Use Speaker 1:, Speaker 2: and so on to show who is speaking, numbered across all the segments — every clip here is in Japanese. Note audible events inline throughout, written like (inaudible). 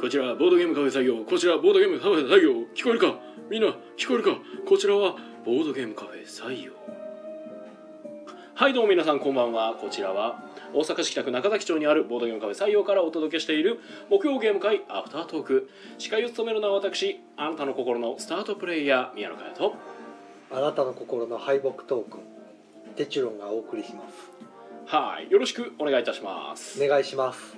Speaker 1: こちらボードゲームカフェ作業こちらボードゲームカフェ作業聞こえるかみんな聞こえるかこちらはボードゲームカフェ採用はいどうも皆さんこんばんはこちらは大阪市北区中崎町にあるボードゲームカフェ採用からお届けしている木曜ゲーム会アフタートーク司会を務めるのは私あなたの心のスタートプレイヤー宮野佳代と
Speaker 2: あなたの心の敗北トークンテチュロンがお送りしま
Speaker 1: はいよろしくお願いいたします
Speaker 2: すお願いします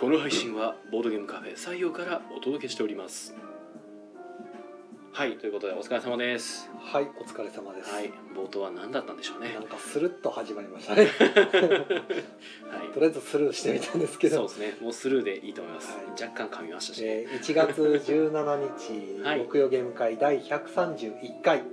Speaker 1: この配信はボードゲームカフェ採用からお届けしておりますはいということでお疲れ様です
Speaker 2: はいお疲れ様です、
Speaker 1: はい冒頭は何だったんでしょうね
Speaker 2: なんかスルッと始まりましたねと
Speaker 1: は
Speaker 2: (laughs) りあえずスルーしてみたんですけ
Speaker 1: いそう
Speaker 2: ど
Speaker 1: で、すねもうスルーでいいと思います、
Speaker 2: はい
Speaker 1: 若干噛みましたし、
Speaker 2: えー1月17日、 (laughs)
Speaker 1: はい
Speaker 2: 木曜ゲーム会第131
Speaker 1: う
Speaker 2: 回、
Speaker 1: ん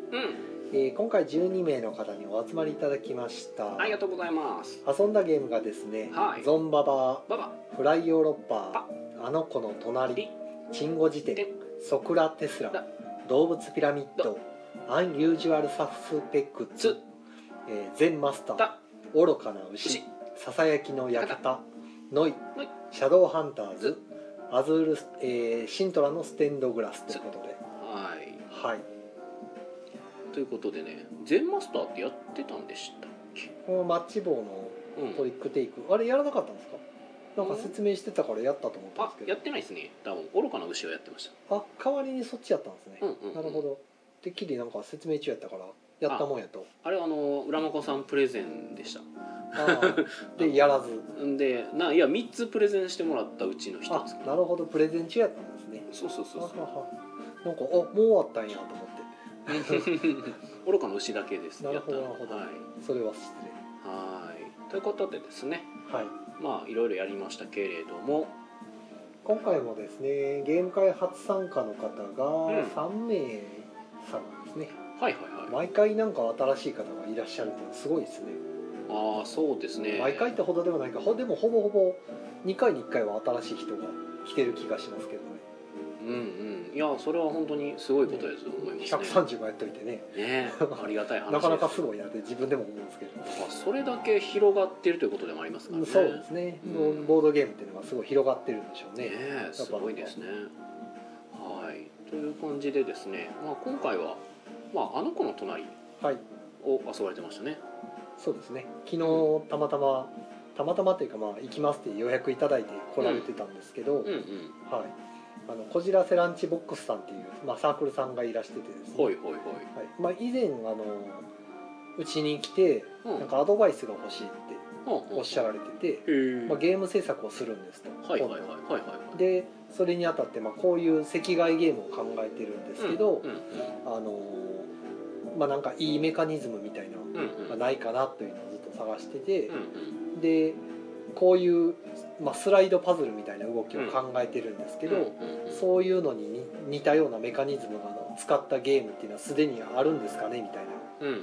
Speaker 2: えー今回12名の方にお集まりいただきました
Speaker 1: ありがとうございます
Speaker 2: 遊んだゲームがですね、
Speaker 1: はい
Speaker 2: ゾンババ
Speaker 1: ババ
Speaker 2: フライヨーロッパあの子の隣チンゴ辞典
Speaker 1: で
Speaker 2: ソクラテスラ
Speaker 1: だ
Speaker 2: 動物ピラミッドアンユージュアルサスペクツ
Speaker 1: つ、
Speaker 2: えー、ゼンマスター
Speaker 1: だ
Speaker 2: 愚かな牛
Speaker 1: 牛
Speaker 2: ささやきの館ノイ
Speaker 1: ノイ
Speaker 2: シャドウハンターズ
Speaker 1: ず
Speaker 2: アズール、えーシントラのステンドグラスということで
Speaker 1: はい
Speaker 2: はい
Speaker 1: ということでね全マスターってやってたんでしたっけ
Speaker 2: このマッチ棒の
Speaker 1: うん
Speaker 2: トリックテイクあれやらなかったんですかなんか説明してたからやったと思ったん
Speaker 1: あ
Speaker 2: ですけ
Speaker 1: や
Speaker 2: ど
Speaker 1: ってないですね多分愚かな牛をやってまし
Speaker 2: あ代わりにそっちやったんですね
Speaker 1: た、うんうんうん、
Speaker 2: なるほどてっきりなんか説明中やったからやったもんやと
Speaker 1: あれはあの浦真子さんプレゼンでした
Speaker 2: あーでやらず
Speaker 1: んでないや3つプレゼンしてもらったうちの
Speaker 2: あ
Speaker 1: 1つか
Speaker 2: なるほどプレゼン中やったんですね
Speaker 1: そうそうそう (laughs)
Speaker 2: はははなんかあもう終わったんやと思って
Speaker 1: そう愚かの牛だけです
Speaker 2: なるほど
Speaker 1: やったの
Speaker 2: な
Speaker 1: は
Speaker 2: るそれは失礼
Speaker 1: いはいということでですね
Speaker 2: はい
Speaker 1: まあいろいろやりましたけれども
Speaker 2: 今回もですねゲーム会初参加の方
Speaker 1: う
Speaker 2: が
Speaker 1: ん
Speaker 2: 3名様ですね、
Speaker 1: はいはいはい
Speaker 2: 毎回なんか新しい方がいらっしゃるってすごいですね、
Speaker 1: ああそうですね
Speaker 2: 毎回ってほどでもないかほでもほぼほぼ2回に1回は新しい人が来てる気がしますけどね
Speaker 1: うんうんいやそれは本当にすごいことですと思いますね
Speaker 2: 130もやっといてね
Speaker 1: ねありがたい話で
Speaker 2: な
Speaker 1: す
Speaker 2: かなかすごいなって自分でも思うんですけど
Speaker 1: まあそれだけ広がってるということでもありますからね
Speaker 2: そうですね、
Speaker 1: うん
Speaker 2: ボードゲームっていうのがすごい広がってるんでしょうね
Speaker 1: ねえすごいですねはいという感じでですね、まあ、今回は、まあ、あの子の隣
Speaker 2: はい
Speaker 1: を遊ばれてましたね
Speaker 2: そうですね昨日たまたまたまたまというかまあ行きますって予約いただいて来られてたんですけど、
Speaker 1: うんうん
Speaker 2: はいあのこじらせランチボックスさんっていう、まあ、サークルさんがいらしててですね、
Speaker 1: ほいほい
Speaker 2: はいまあ、以前あのうちに来て
Speaker 1: ほい、うん、
Speaker 2: なんかアドバイスが欲しいって
Speaker 1: お
Speaker 2: おっしゃられてて、
Speaker 1: へえ、
Speaker 2: まあ、ゲーム制作をするんですと、
Speaker 1: はいはいはい
Speaker 2: 今
Speaker 1: はい
Speaker 2: 度
Speaker 1: はいはい
Speaker 2: でそれにあたって、まあ、こういう赤外ゲームを考えてるんですけど、
Speaker 1: うんうん
Speaker 2: あのまあなんかいいメカニズムみたいな
Speaker 1: うんうん
Speaker 2: のがないかなというのをずっと探してて、
Speaker 1: うんうん
Speaker 2: でこういう、まあ、スライドパズルみたいな動きを考えてるんですけど、
Speaker 1: うんうん
Speaker 2: そういうのに似似たようなメカニズムがあの使ったゲームっていうのはすでにあるんですかねみたいな
Speaker 1: うん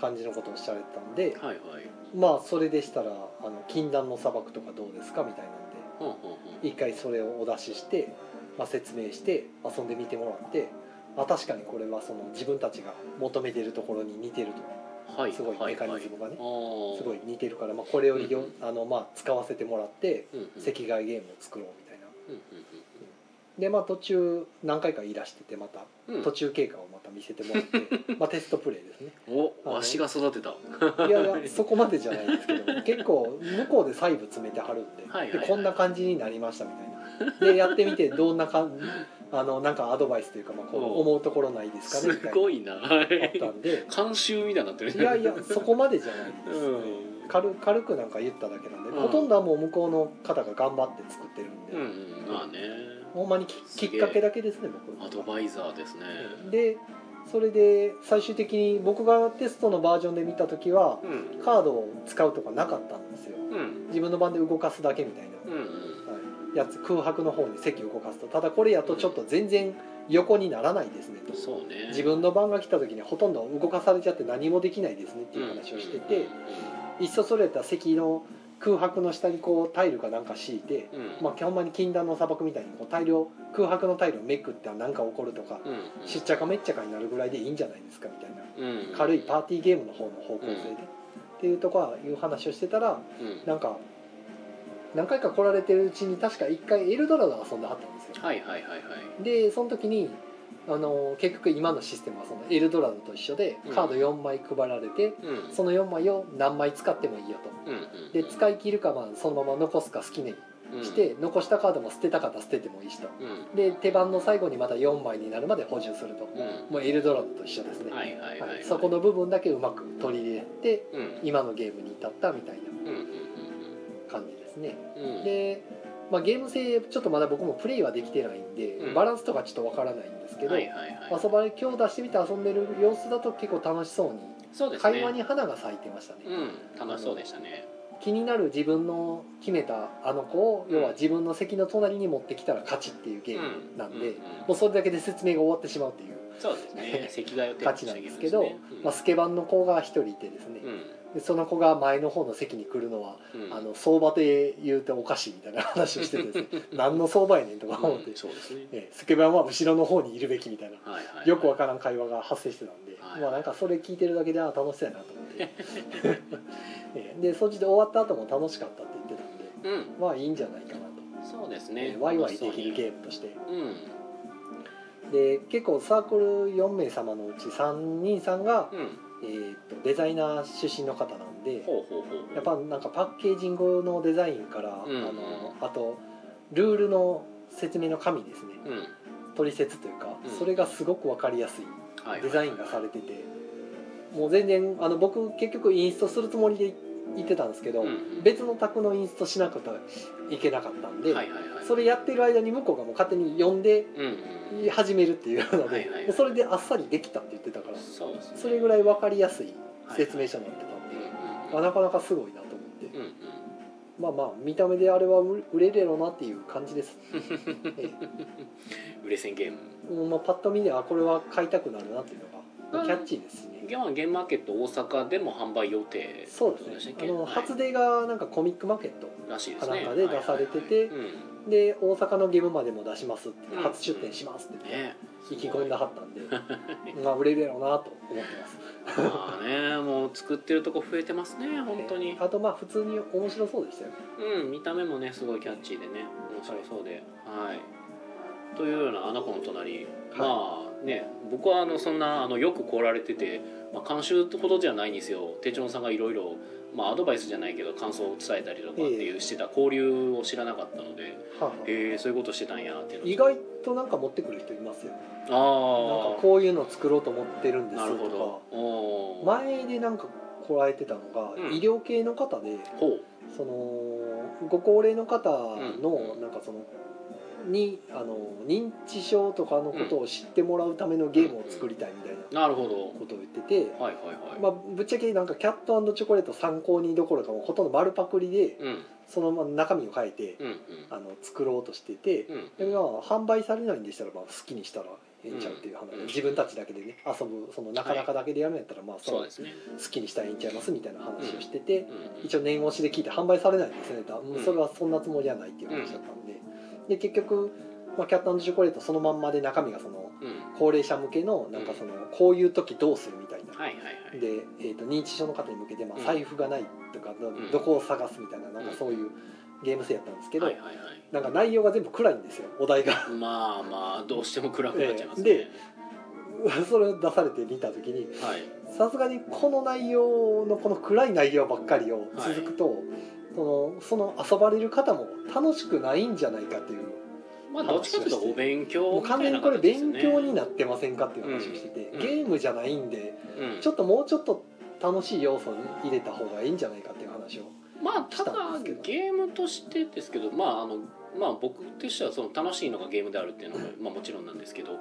Speaker 2: 感じのことをおっしゃられてたんで
Speaker 1: はいはい
Speaker 2: まあそれでしたら「あの禁断の砂漠」とかどうですかみたいなんで
Speaker 1: ほんほん
Speaker 2: 一回それをお出しして、まあ、説明して遊んでみてもらって、まあ、確かにこれはその自分たちが求めてるところに似てると
Speaker 1: ほんはい
Speaker 2: すごいメカニズムがね
Speaker 1: す
Speaker 2: すごい似てるから、まあ、これを利用、
Speaker 1: うん
Speaker 2: あのまあ使わせてもらって
Speaker 1: うんうん
Speaker 2: 赤外ゲームを作ろうみたいな
Speaker 1: うん
Speaker 2: でまあ途中何回かいらしててまた
Speaker 1: うんうん
Speaker 2: 途中経過をまた見せても
Speaker 1: (laughs)
Speaker 2: らって、まあテストプレイですね
Speaker 1: おわしが育てた
Speaker 2: いやいやそこまでじゃないですけど結構向こうで細部詰めてはるんで,、
Speaker 1: はいはいはい
Speaker 2: でこんな感じになりましたみたいなでやってみてどんなかあのなんかアドバイスというか、まあ、こ
Speaker 1: おう
Speaker 2: う思うところないですか
Speaker 1: (laughs)
Speaker 2: ね
Speaker 1: す
Speaker 2: みたい
Speaker 1: ごいなは
Speaker 2: なあった
Speaker 1: い
Speaker 2: んで
Speaker 1: (laughs) 監修みたいになってる
Speaker 2: いやいやそこまでじゃないです、ね
Speaker 1: うん
Speaker 2: 軽軽くなんか言っただけなんで、
Speaker 1: うん
Speaker 2: ほとんどはもう向こうの方が頑張って作ってるんで、
Speaker 1: うんうんまあね
Speaker 2: ほんまにき
Speaker 1: すげえ
Speaker 2: きっかけだけですね僕
Speaker 1: アドバイザーですね
Speaker 2: でそれで最終的に僕がテストのバージョンで見た時は
Speaker 1: うん
Speaker 2: カードを使うとかなかったんですよ
Speaker 1: うん
Speaker 2: 自分の番で動かすだけみたい
Speaker 1: うんう
Speaker 2: な、
Speaker 1: ん
Speaker 2: はい、やつ空白の方に席を動かすとただこれやとちょっと全然横にならないですねと
Speaker 1: そうね
Speaker 2: 自分の番が来た時にほとんど動かされちゃって何もできないですねっていう話をしてていっそそれやったら席の空白の下にこうタイルかなんか敷いて、
Speaker 1: うんうん
Speaker 2: まあ、ほんまに禁断の砂漠みたいにこう大量空白のタイルをめくっては何か起こるとか
Speaker 1: うん
Speaker 2: しっちゃかめっちゃかになるぐらいでいいんじゃないですかみたいな
Speaker 1: うん
Speaker 2: 軽いパーティーゲームの方の方向性
Speaker 1: う
Speaker 2: で、
Speaker 1: ん
Speaker 2: っていうとこはいう話をしてたら
Speaker 1: うん
Speaker 2: なんか何回か来られてるうちに確か1回エルドラドを遊んではったんですよ
Speaker 1: はいはいはいはい
Speaker 2: でその時にあの結局今のシステムはそのエルドラドと一緒で
Speaker 1: うん
Speaker 2: カード4枚配られて、
Speaker 1: うん
Speaker 2: その4枚を何枚使ってもいいよと
Speaker 1: うんうん
Speaker 2: で使い切るかまあそのまま残すか好きに
Speaker 1: うん
Speaker 2: して、残したカードも捨てたかったら捨ててもいいしと
Speaker 1: うん
Speaker 2: で手番の最後にまた4枚になるまで補充すると、
Speaker 1: う
Speaker 2: もうエルドラドと一緒ですね、
Speaker 1: んはいはいはいはい
Speaker 2: そこの部分だけうまく取り入れて
Speaker 1: うん
Speaker 2: 今のゲームに至ったみたいな
Speaker 1: うんうん
Speaker 2: 感じですね
Speaker 1: うんうん
Speaker 2: で、まあ、ゲーム性ちょっとまだ僕もプレイはできてないんで、
Speaker 1: うん
Speaker 2: バランスとかちょっとわからないんですけど、
Speaker 1: はいはいはい
Speaker 2: 遊ばれ今日出してみて遊んでる様子だと結構楽しそうに
Speaker 1: そうですね
Speaker 2: 会話に花が咲いてましたね、
Speaker 1: うん楽しそうでしたね
Speaker 2: 気になる自分の決めたあの子を
Speaker 1: うん
Speaker 2: 要は自分の席の隣に持ってきたら勝ちっていうゲーム、
Speaker 1: う
Speaker 2: なんで
Speaker 1: うう
Speaker 2: もうそれだけで説明が終わってしまうっていう、
Speaker 1: そうですね席替えを
Speaker 2: 価値なんですけどまあ、スケバンの子が1人いてですね、でその子が前の方の席に来るのはあの相場で言うておかしいみたいな話をしててですね (laughs) 何の相場やねんとか思って、
Speaker 1: そうですね
Speaker 2: ええスケバンは後ろの方にいるべきみたいな
Speaker 1: はいはい
Speaker 2: よくわからん会話が発生してたんで、
Speaker 1: はい
Speaker 2: まあなんかそれ聞いてるだけでああ楽しそうやなと思って (laughs) ええでそっちで終わった後も楽しかったって言ってたんで
Speaker 1: うん
Speaker 2: まあいいんじゃないかなと、
Speaker 1: そうです
Speaker 2: え
Speaker 1: ね
Speaker 2: えワイワイできるゲームとして
Speaker 1: うん
Speaker 2: で結構サークル4名様のうち3人さんが、
Speaker 1: うん
Speaker 2: えーっとデザイナー出身の方なんで、
Speaker 1: ほうほうほうほう
Speaker 2: やっぱなんかパッケージングのデザインから、
Speaker 1: うん
Speaker 2: あのあとルールの説明の紙ですね
Speaker 1: うんはい
Speaker 2: 取説というか、
Speaker 1: うん
Speaker 2: それがすごく分かりやすい
Speaker 1: はいはい
Speaker 2: デザインがされてて、もう全然あの僕結局インストするつもりで行ってたんですけど、
Speaker 1: うん
Speaker 2: 別の宅のインストしなくてはいけなかったんで、
Speaker 1: はいはいはい
Speaker 2: それやってる間に向こうがもう勝手に呼んで
Speaker 1: うんうん
Speaker 2: 始めるっていうので、
Speaker 1: はいはい
Speaker 2: もうそれであっさりできたって言ってたから
Speaker 1: そうですね
Speaker 2: それぐらい分かりやすい説明書になってたんで、あなかなかすごいなと思って。
Speaker 1: うんうん
Speaker 2: まあまあ見た目であれは売売れるやろなっていう感
Speaker 1: (laughs)
Speaker 2: じです、え
Speaker 1: うん売れ線ゲーム
Speaker 2: えもうまあ、パッと見であこれは買いたくなるなっていうの
Speaker 1: う
Speaker 2: が
Speaker 1: ん
Speaker 2: キャッチーですしね、
Speaker 1: ゲームゲームマーケット大阪でも販売予定
Speaker 2: そうですねあの、初出がなんかコミックマーケット
Speaker 1: らしいですね
Speaker 2: かなんかで出されてて
Speaker 1: はいはいはい
Speaker 2: で大阪のゲームまでも出しますって
Speaker 1: うん
Speaker 2: 初出店しますっ
Speaker 1: うん
Speaker 2: て、
Speaker 1: ね
Speaker 2: 意気込んだはった
Speaker 1: (laughs)
Speaker 2: んでまあ売れるやろうなと思ってます
Speaker 1: まあねもう作ってるとこ増えてますね本当
Speaker 2: え
Speaker 1: に
Speaker 2: えあとまあ普通に面白そうでしたよ
Speaker 1: うん見た目もねすごいキャッチーでね面白そうではいというようなあの子の隣、まあね僕はあのそんなあのよく来られてて、まあ、監修ってことじゃないんですよ手帳さんがいろいろまあアドバイスじゃないけど感想を伝えたりとかっていうしてた交流を知らなかったので
Speaker 2: はあはあ
Speaker 1: へえそういうことしてたんやっていうのを
Speaker 2: 意外となんか持ってくる人いますよなん
Speaker 1: ああ
Speaker 2: かこういうの作ろうと思ってるんです
Speaker 1: なるほど
Speaker 2: とか
Speaker 1: おー
Speaker 2: 前でなんかこらえてたのが、
Speaker 1: うん
Speaker 2: 医療系の方で
Speaker 1: ほう
Speaker 2: そのご高齢の方の
Speaker 1: うん
Speaker 2: なんかそのにあの認知症とかのことを知ってもらうためのゲームを作りたいみたいな
Speaker 1: なるほど
Speaker 2: ことを言ってて、
Speaker 1: はいはいはい、
Speaker 2: まあ、ぶっちゃけなんかキャットチョコレート参考にどころかもうほとんど丸パクリで
Speaker 1: うん
Speaker 2: そのまま中身を変えて
Speaker 1: うん
Speaker 2: あの作ろうとしてて。
Speaker 1: うん
Speaker 2: でまあ販売されないんでしたらまあ好きにしたらええんちゃうっていう話、
Speaker 1: うん
Speaker 2: 自分たちだけでね遊ぶそのなかなかだけでやるんやったらまあ
Speaker 1: そう
Speaker 2: そう
Speaker 1: ですね、
Speaker 2: 好きにしたらええんちゃいますみたいな話をしてて、
Speaker 1: うん、
Speaker 2: 一応念押しで聞いて販売されないんですねと、うん
Speaker 1: うん
Speaker 2: それはそんなつもりはないっていう話だったんで,、で結局、まあ、キャットチョコレートそのまんまで中身がその
Speaker 1: うん
Speaker 2: 高齢者向けのなんかそのこういう時どうするみたいな、
Speaker 1: はいはいはい
Speaker 2: で、えー、と認知症の方に向けて、まあ
Speaker 1: う、ん
Speaker 2: 財布がないとかど,、
Speaker 1: ん
Speaker 2: こを探すみたいななんかそういうゲーム性やったんですけど、
Speaker 1: はいはいはい
Speaker 2: なんか内容が全部暗いんですよお題が (laughs)
Speaker 1: まあまあどうしても暗くなっちゃいますね、
Speaker 2: えそれを出されて見た時に
Speaker 1: はい
Speaker 2: さすがにこの内容のこの暗い内容ばっかりを
Speaker 1: はい
Speaker 2: 続くと、そのその遊ばれる方も楽しくないんじゃないかっていう
Speaker 1: まあどっちかというとお勉強
Speaker 2: も
Speaker 1: み
Speaker 2: う
Speaker 1: た
Speaker 2: 完
Speaker 1: い
Speaker 2: 全に
Speaker 1: な
Speaker 2: これ
Speaker 1: 形ですよ
Speaker 2: 勉
Speaker 1: ね
Speaker 2: 強になってませんかっていう話をしてて、
Speaker 1: うん
Speaker 2: ゲームじゃないんで
Speaker 1: うん
Speaker 2: ちょっともうちょっと楽しい要素に入れた方がいいんじゃないかっていう話を
Speaker 1: まあただ
Speaker 2: したんですけど
Speaker 1: ゲームとしてですけどまああのまあ僕としてはその楽しいのがゲームであるっていうのも、まあ、もちろんなんですけど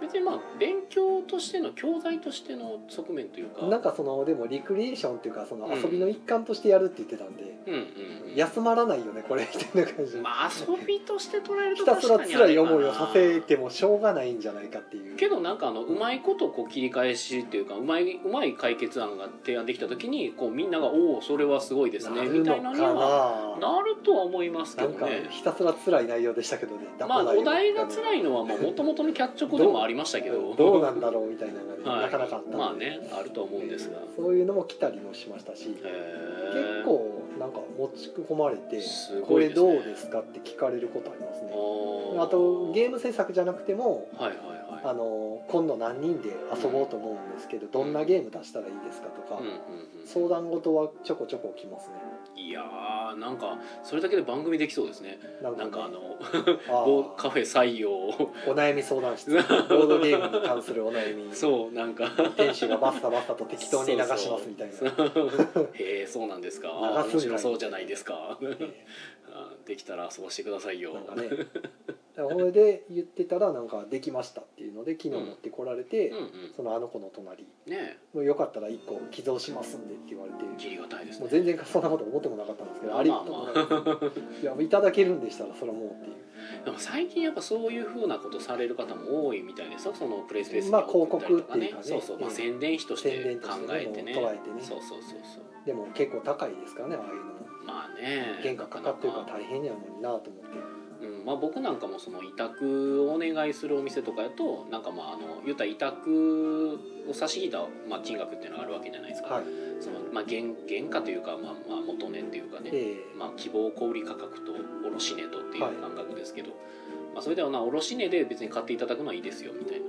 Speaker 1: 別にまあ勉強としての教材としての側面というか
Speaker 2: なんかそのでもリクリエーションっていうかその
Speaker 1: うん
Speaker 2: 遊びの一環としてやるって言ってたんで、
Speaker 1: うんうんうん
Speaker 2: 休まらないよねこれみたいな感じ、
Speaker 1: まあ遊びとして捉えると
Speaker 2: ひたすら
Speaker 1: 確かにあ
Speaker 2: 辛
Speaker 1: れ
Speaker 2: い
Speaker 1: かな
Speaker 2: 思いをさせてもしょうがないんじゃないかっていう
Speaker 1: けどなんかあのうまいことこう切り返しっていうかうまいうまい解決案が提案できた時にこうみんなが「おおそれはすごいですね」
Speaker 2: なる
Speaker 1: みた
Speaker 2: の
Speaker 1: い
Speaker 2: か
Speaker 1: な
Speaker 2: な
Speaker 1: にはなるとは思いますけ
Speaker 2: な
Speaker 1: ど
Speaker 2: んか
Speaker 1: ね。
Speaker 2: ひたすら辛い内容でしたけどね
Speaker 1: まあお題が
Speaker 2: い
Speaker 1: 辛いのはもともとのキャッチョコでもありましたけど
Speaker 2: (laughs) どうなんだろうみたいなのがね、
Speaker 1: はい
Speaker 2: なかなかあったんで
Speaker 1: まあねあると思うんですが、
Speaker 2: そういうのも来たりもしましたし、
Speaker 1: へー
Speaker 2: 結構なんか持ち込まれて、
Speaker 1: す
Speaker 2: こ
Speaker 1: ごい
Speaker 2: れ
Speaker 1: ですね
Speaker 2: どうですかって聞かれることありますね
Speaker 1: あ
Speaker 2: あとゲ
Speaker 1: ー
Speaker 2: ーム制作じゃなくても
Speaker 1: ムはいはい
Speaker 2: あ
Speaker 1: は
Speaker 2: の今度何人で遊ぼうと思うんですけど、どんなゲーム出したらいいですかとか、
Speaker 1: い、うんうんうん、
Speaker 2: 相談事はちょこちょこ来ますね
Speaker 1: いやーなんかそれだけで番組できそうですね
Speaker 2: なん
Speaker 1: なんかあ
Speaker 2: ね
Speaker 1: の
Speaker 2: あー
Speaker 1: 某カフェ採用
Speaker 2: お悩み相談室ボードゲームに関するお悩み
Speaker 1: そうなんか
Speaker 2: 店主がバッサバッサと適当に流しますみたいな
Speaker 1: そうそう
Speaker 2: (laughs)
Speaker 1: へえそうなんですかあー
Speaker 2: 流
Speaker 1: 面
Speaker 2: すんか
Speaker 1: 白
Speaker 2: い
Speaker 1: そうじゃないですか (laughs)
Speaker 2: え
Speaker 1: あーできたらそうしてください
Speaker 2: え
Speaker 1: よ
Speaker 2: なんかねだからそれで言ってたらなんかできましたっていうので昨日持ってこられて、
Speaker 1: うんうん
Speaker 2: そのあの子の隣
Speaker 1: ね
Speaker 2: のよかったら1個寄贈しますんでって言われて
Speaker 1: え切りがたいです
Speaker 2: もう
Speaker 1: ね
Speaker 2: 全然そんなこと思ってもなかったんですけど、ありがとうございます。いや、いただけるんでしたら、それはもうっていう。
Speaker 1: (laughs) でも最近やっぱそういうふうなことされる方も多いみたいですよそのプレイスペースに
Speaker 2: まあ広
Speaker 1: 送
Speaker 2: 告
Speaker 1: ったりとかね,、
Speaker 2: っていうか
Speaker 1: そ
Speaker 2: ね
Speaker 1: うそう、まあ、
Speaker 2: うん
Speaker 1: 宣伝費として
Speaker 2: 宣伝と
Speaker 1: 考
Speaker 2: してね
Speaker 1: えてね
Speaker 2: もう捉えてね
Speaker 1: そうそうそうそう
Speaker 2: でも、結構高いですからね、ああいうのも。
Speaker 1: まあね
Speaker 2: 原価かかってるから
Speaker 1: なかなか
Speaker 2: 大変やのになと思って。
Speaker 1: うんまあ、僕なんかもその委託をお願いするお店とかやとなんかまああの言ったら委託を差し引いた、まあ、金額っていうのがあるわけじゃないですか、
Speaker 2: はい。
Speaker 1: そのまあ、原原価というか、まあ、まあ元値っていうかね、
Speaker 2: え
Speaker 1: まあ、希望小売価格と卸値とっていう感覚ですけど、まあ、それではな卸値で別に買っていただくのはいいですよみたい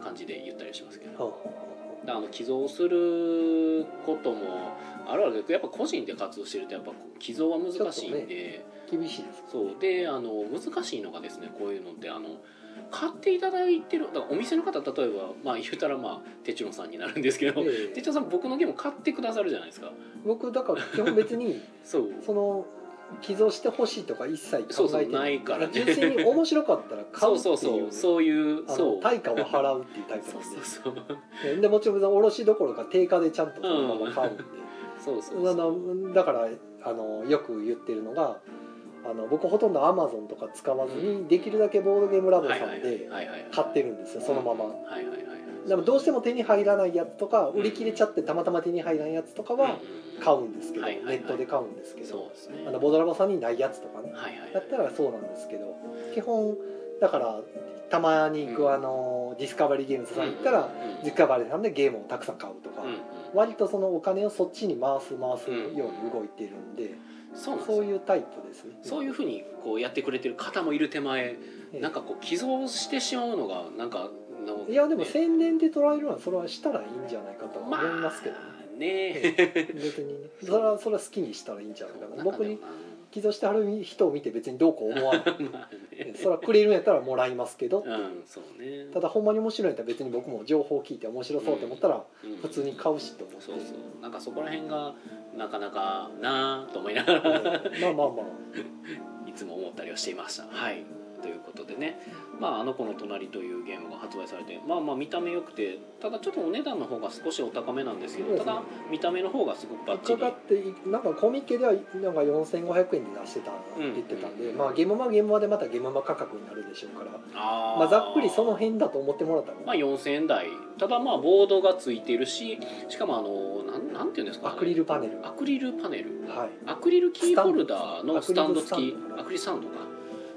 Speaker 1: な感じで言ったりしますけど
Speaker 2: え。はあは
Speaker 1: だからあの寄贈することもあるわけどやっぱ個人で活動してるとやっぱ寄贈は難しいんで、
Speaker 2: あはあ厳しいです。
Speaker 1: そうであの難しいのがですねこういうのってあの買っていただいてるだからお店の方例えばまあ言うたらまあてちろんさんになるんですけど
Speaker 2: え
Speaker 1: て
Speaker 2: え
Speaker 1: ちろんさん僕のゲーム買ってくださるじゃないですか
Speaker 2: 僕、だから、基本別に、
Speaker 1: そう
Speaker 2: その。寄贈してほしいとか一切
Speaker 1: そう
Speaker 2: 考
Speaker 1: そ
Speaker 2: え
Speaker 1: う
Speaker 2: て
Speaker 1: ないからね
Speaker 2: 純粋に面白かったら買
Speaker 1: そうう
Speaker 2: って
Speaker 1: そうそ
Speaker 2: いう
Speaker 1: うそういう
Speaker 2: あ
Speaker 1: そ
Speaker 2: の
Speaker 1: う
Speaker 2: 対価を払うっていうタイプ
Speaker 1: そう
Speaker 2: な
Speaker 1: んそ
Speaker 2: で
Speaker 1: うそう
Speaker 2: ででもちろん卸どころか定価でちゃんとそのまま買うんで、
Speaker 1: そうそう
Speaker 2: あ
Speaker 1: そう
Speaker 2: のだからあのよく言ってるのがあの僕ほとんどアマゾンとか使わずにできるだけボードゲームラボさんで買って
Speaker 1: る
Speaker 2: るんですよそのまま。
Speaker 1: はいはいはい
Speaker 2: でもどうしても手に入らないやつとか売り切れちゃってたまたま手に入らないやつとかは買
Speaker 1: う
Speaker 2: うんですけど
Speaker 1: は
Speaker 2: ネ
Speaker 1: いはいはい
Speaker 2: ットで買うんですけ
Speaker 1: んそ
Speaker 2: ど
Speaker 1: うですね
Speaker 2: あのボードラボさんにないやつとかね
Speaker 1: はいはい
Speaker 2: だったらそうなんですけど基本だからたまに行
Speaker 1: うん
Speaker 2: くあのディスカバリーゲームズさん行ったらディスカバリーさんでゲームをたくさん買うとか
Speaker 1: うんうん
Speaker 2: 割とそのお金をそっちに回す回すように動いてるんで。
Speaker 1: そうなんです
Speaker 2: そう
Speaker 1: よ
Speaker 2: いうタイプですね。
Speaker 1: そういうふうにこうやってくれてる方もいる手前
Speaker 2: ええ
Speaker 1: なんかこう寄贈してしまうのがなんかなんか
Speaker 2: いやでも
Speaker 1: ね
Speaker 2: 宣伝で捉えるのはそれはしたらいいんじゃないかとは思
Speaker 1: まあ
Speaker 2: いますけど、
Speaker 1: ね
Speaker 2: ええ別にねそれはそれは好きにしたらいいんじゃないか
Speaker 1: (laughs)
Speaker 2: な僕に
Speaker 1: ま
Speaker 2: 寄贈してはる人を見て別にどうこう思わ
Speaker 1: (laughs)
Speaker 2: ない
Speaker 1: あね
Speaker 2: それはくれるんやったらもらいますけど
Speaker 1: うんそうね
Speaker 2: ただほんまに面白いんやったら別に僕も情報を聞いて面白そうって思ったら
Speaker 1: うん
Speaker 2: 普通に買うしと思って
Speaker 1: そうそうなんかそこら辺がなかなかなあと思いながら
Speaker 2: ええまあまあまあ
Speaker 1: いつも思ったりはしていました。はいということでね、まあ、あの子の隣というゲームが発売されて、まあまあ見た目良くて、ただちょっとお値段の方が少しお高めなんですけ
Speaker 2: そう
Speaker 1: ど、
Speaker 2: で
Speaker 1: た
Speaker 2: すね
Speaker 1: だ見た目の方がすごくバッチ
Speaker 2: 引っ
Speaker 1: リ
Speaker 2: かか。っていなんかコミケではなんか4500円で出してたって言ってたんで、まあゲームマはゲームマでまたゲームマ価格になるでしょうから
Speaker 1: あー
Speaker 2: まあ、ざっくりその。辺だと思ってもらったら、
Speaker 1: まあ4000円台。ただまあボードがついているし、しかもあのなんなんていうんですか、
Speaker 2: アクリ。ルパネル
Speaker 1: アクリルパネル。
Speaker 2: はい
Speaker 1: アクリルキーホルダーのス
Speaker 2: ス
Speaker 1: タ
Speaker 2: タ
Speaker 1: ン
Speaker 2: ン
Speaker 1: ド
Speaker 2: ド
Speaker 1: 付き
Speaker 2: スタンド
Speaker 1: アクリルスタンドか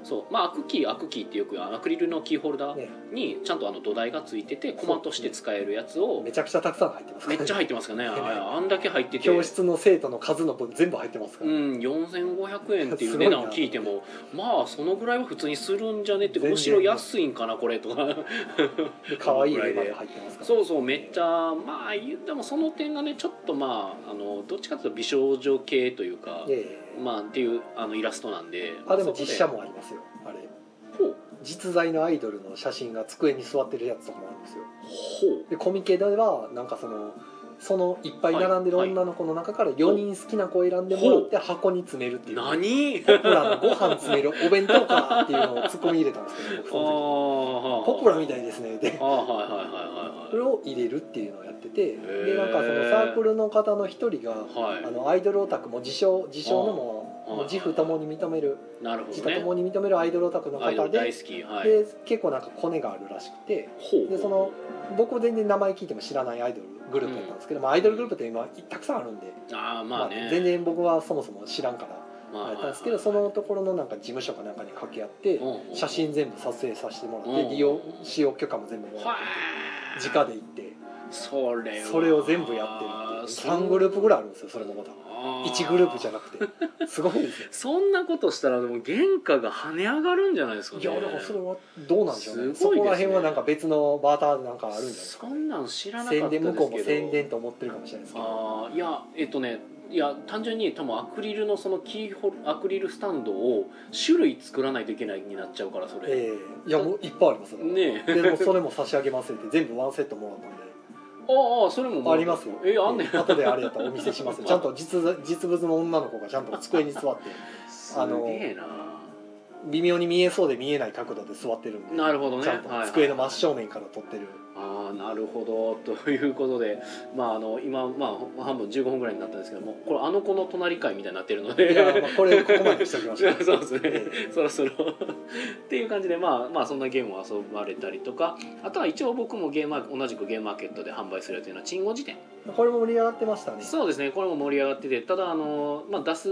Speaker 1: そうまあアクキーアクキーってよくあのアクリルのキーホルダー
Speaker 2: ね
Speaker 1: にちゃんとあの土台が付いててコマとして使えるやつを
Speaker 2: めちゃくちゃたくさん入ってますか
Speaker 1: め
Speaker 2: ら
Speaker 1: っちゃ入ってますかねああんだけ入ってて
Speaker 2: 教室の生徒の数の分全部入ってますか
Speaker 1: う
Speaker 2: ら、
Speaker 1: ん、4500円っていう
Speaker 2: すご
Speaker 1: 値
Speaker 2: いな
Speaker 1: 段を聞いてもまあそのぐらいは普通にするんじゃねって
Speaker 2: 全然
Speaker 1: むしろ安いんかなこれとか
Speaker 2: で可愛い絵まで入ってますから
Speaker 1: そうそうめっちゃまあ言ってもその点がねちょっとまああのどっちかというと美少女系というか、
Speaker 2: ええ
Speaker 1: まあっていうあのイラストなんで
Speaker 2: あでも実写
Speaker 1: も
Speaker 2: もありますよあれ
Speaker 1: ほう
Speaker 2: 実在のアイドルの写真が机に座ってるやつとかもあるんですよ
Speaker 1: ほう
Speaker 2: でコミケではなんかそのそのいっぱい並んでる
Speaker 1: はい
Speaker 2: 女の子の中から4人好きな子を選んでもらって箱に詰めるっていう (laughs)
Speaker 1: 何
Speaker 2: ポプラのご飯詰めるお弁当かっていうのを突っ込み入れたんですけど僕
Speaker 1: あ
Speaker 2: その時ポプラみたいですねで
Speaker 1: ああはいはいはいは
Speaker 2: それを入れるっていうのをやってて
Speaker 1: へー
Speaker 2: でなんかそのサークルの方の一人が
Speaker 1: い
Speaker 2: あ
Speaker 1: は
Speaker 2: のアイドルオタクも自称自称のも
Speaker 1: あー
Speaker 2: もう自負ともに認める
Speaker 1: いなるほ
Speaker 2: 自
Speaker 1: ど
Speaker 2: 他とも
Speaker 1: ね
Speaker 2: に認めるアイドルオタクの
Speaker 1: アイド
Speaker 2: 方
Speaker 1: ル大
Speaker 2: で
Speaker 1: 好きはい
Speaker 2: で結構なんかコネがあるらしくて
Speaker 1: ほう
Speaker 2: でその僕は全然名前聞いても知らないアイドルグループだったんですけど、まあ、アイドルグループって今たくさんあるんで、
Speaker 1: ああまあ
Speaker 2: 全
Speaker 1: ね
Speaker 2: 然僕はそもそも知らんから
Speaker 1: ま
Speaker 2: やったんですけどそのところのなんか事務所かなんかに掛け合って
Speaker 1: うんうん
Speaker 2: 写真全部撮影させてもらっ
Speaker 1: うん
Speaker 2: て利用使用許可も全部もらっ
Speaker 1: は
Speaker 2: て直で行って
Speaker 1: それは
Speaker 2: それを全部やってるっていう3グループぐらいあるんですよそれもまた
Speaker 1: あ
Speaker 2: 1グループじゃなくてすごいで
Speaker 1: (laughs)
Speaker 2: すよ
Speaker 1: そんなことしたらでも原価が跳ね上がるんじゃないですかね
Speaker 2: いやだからそれはどうなんでしょうね
Speaker 1: す
Speaker 2: そ
Speaker 1: ごいですね
Speaker 2: こら辺はなんか別のバーターなんかあるんじゃないですか
Speaker 1: そんなん知らなかった
Speaker 2: 宣
Speaker 1: です
Speaker 2: 伝
Speaker 1: けど
Speaker 2: 向こうも宣伝と思ってるかもしれないですけど
Speaker 1: あーいやえっとねいや単純に多分アクリルのそのキーホルアクリルスタンドを種類作らないといけないになっちゃうからそれ、
Speaker 2: ええいやもういっぱいありますよ
Speaker 1: ねえ
Speaker 2: でもそれも差し上げますって全部ワンセットもらったんで
Speaker 1: ああそれももう
Speaker 2: ありますよ
Speaker 1: えあんねん
Speaker 2: う後であれやったらお見せします
Speaker 1: (laughs)
Speaker 2: よちゃんと実実物の女の子がちゃんと机に座って
Speaker 1: す
Speaker 2: あの
Speaker 1: げえな
Speaker 2: 微妙に見えそうで見えない角度で座ってるんで
Speaker 1: なるほどね
Speaker 2: ちゃんと
Speaker 1: はいはい
Speaker 2: 机の真正面から撮ってる
Speaker 1: ああなるほどということでまああの今まあ半分15分ぐらいになったんですけどもこれあの子の隣会みたいになってるので
Speaker 2: いやまあこれここまでにしておきましょ
Speaker 1: (laughs) そうですね
Speaker 2: え
Speaker 1: (laughs) そろそろっていう感じで、まあ、まあそんなゲームを遊ばれたりとかあとは一応僕もゲームマー同じくゲームマーケットで販売するというのはチンゴ辞典
Speaker 2: えこれも盛り上がってましたね
Speaker 1: そうですねこれも盛り上がっててただあの、まあ、出す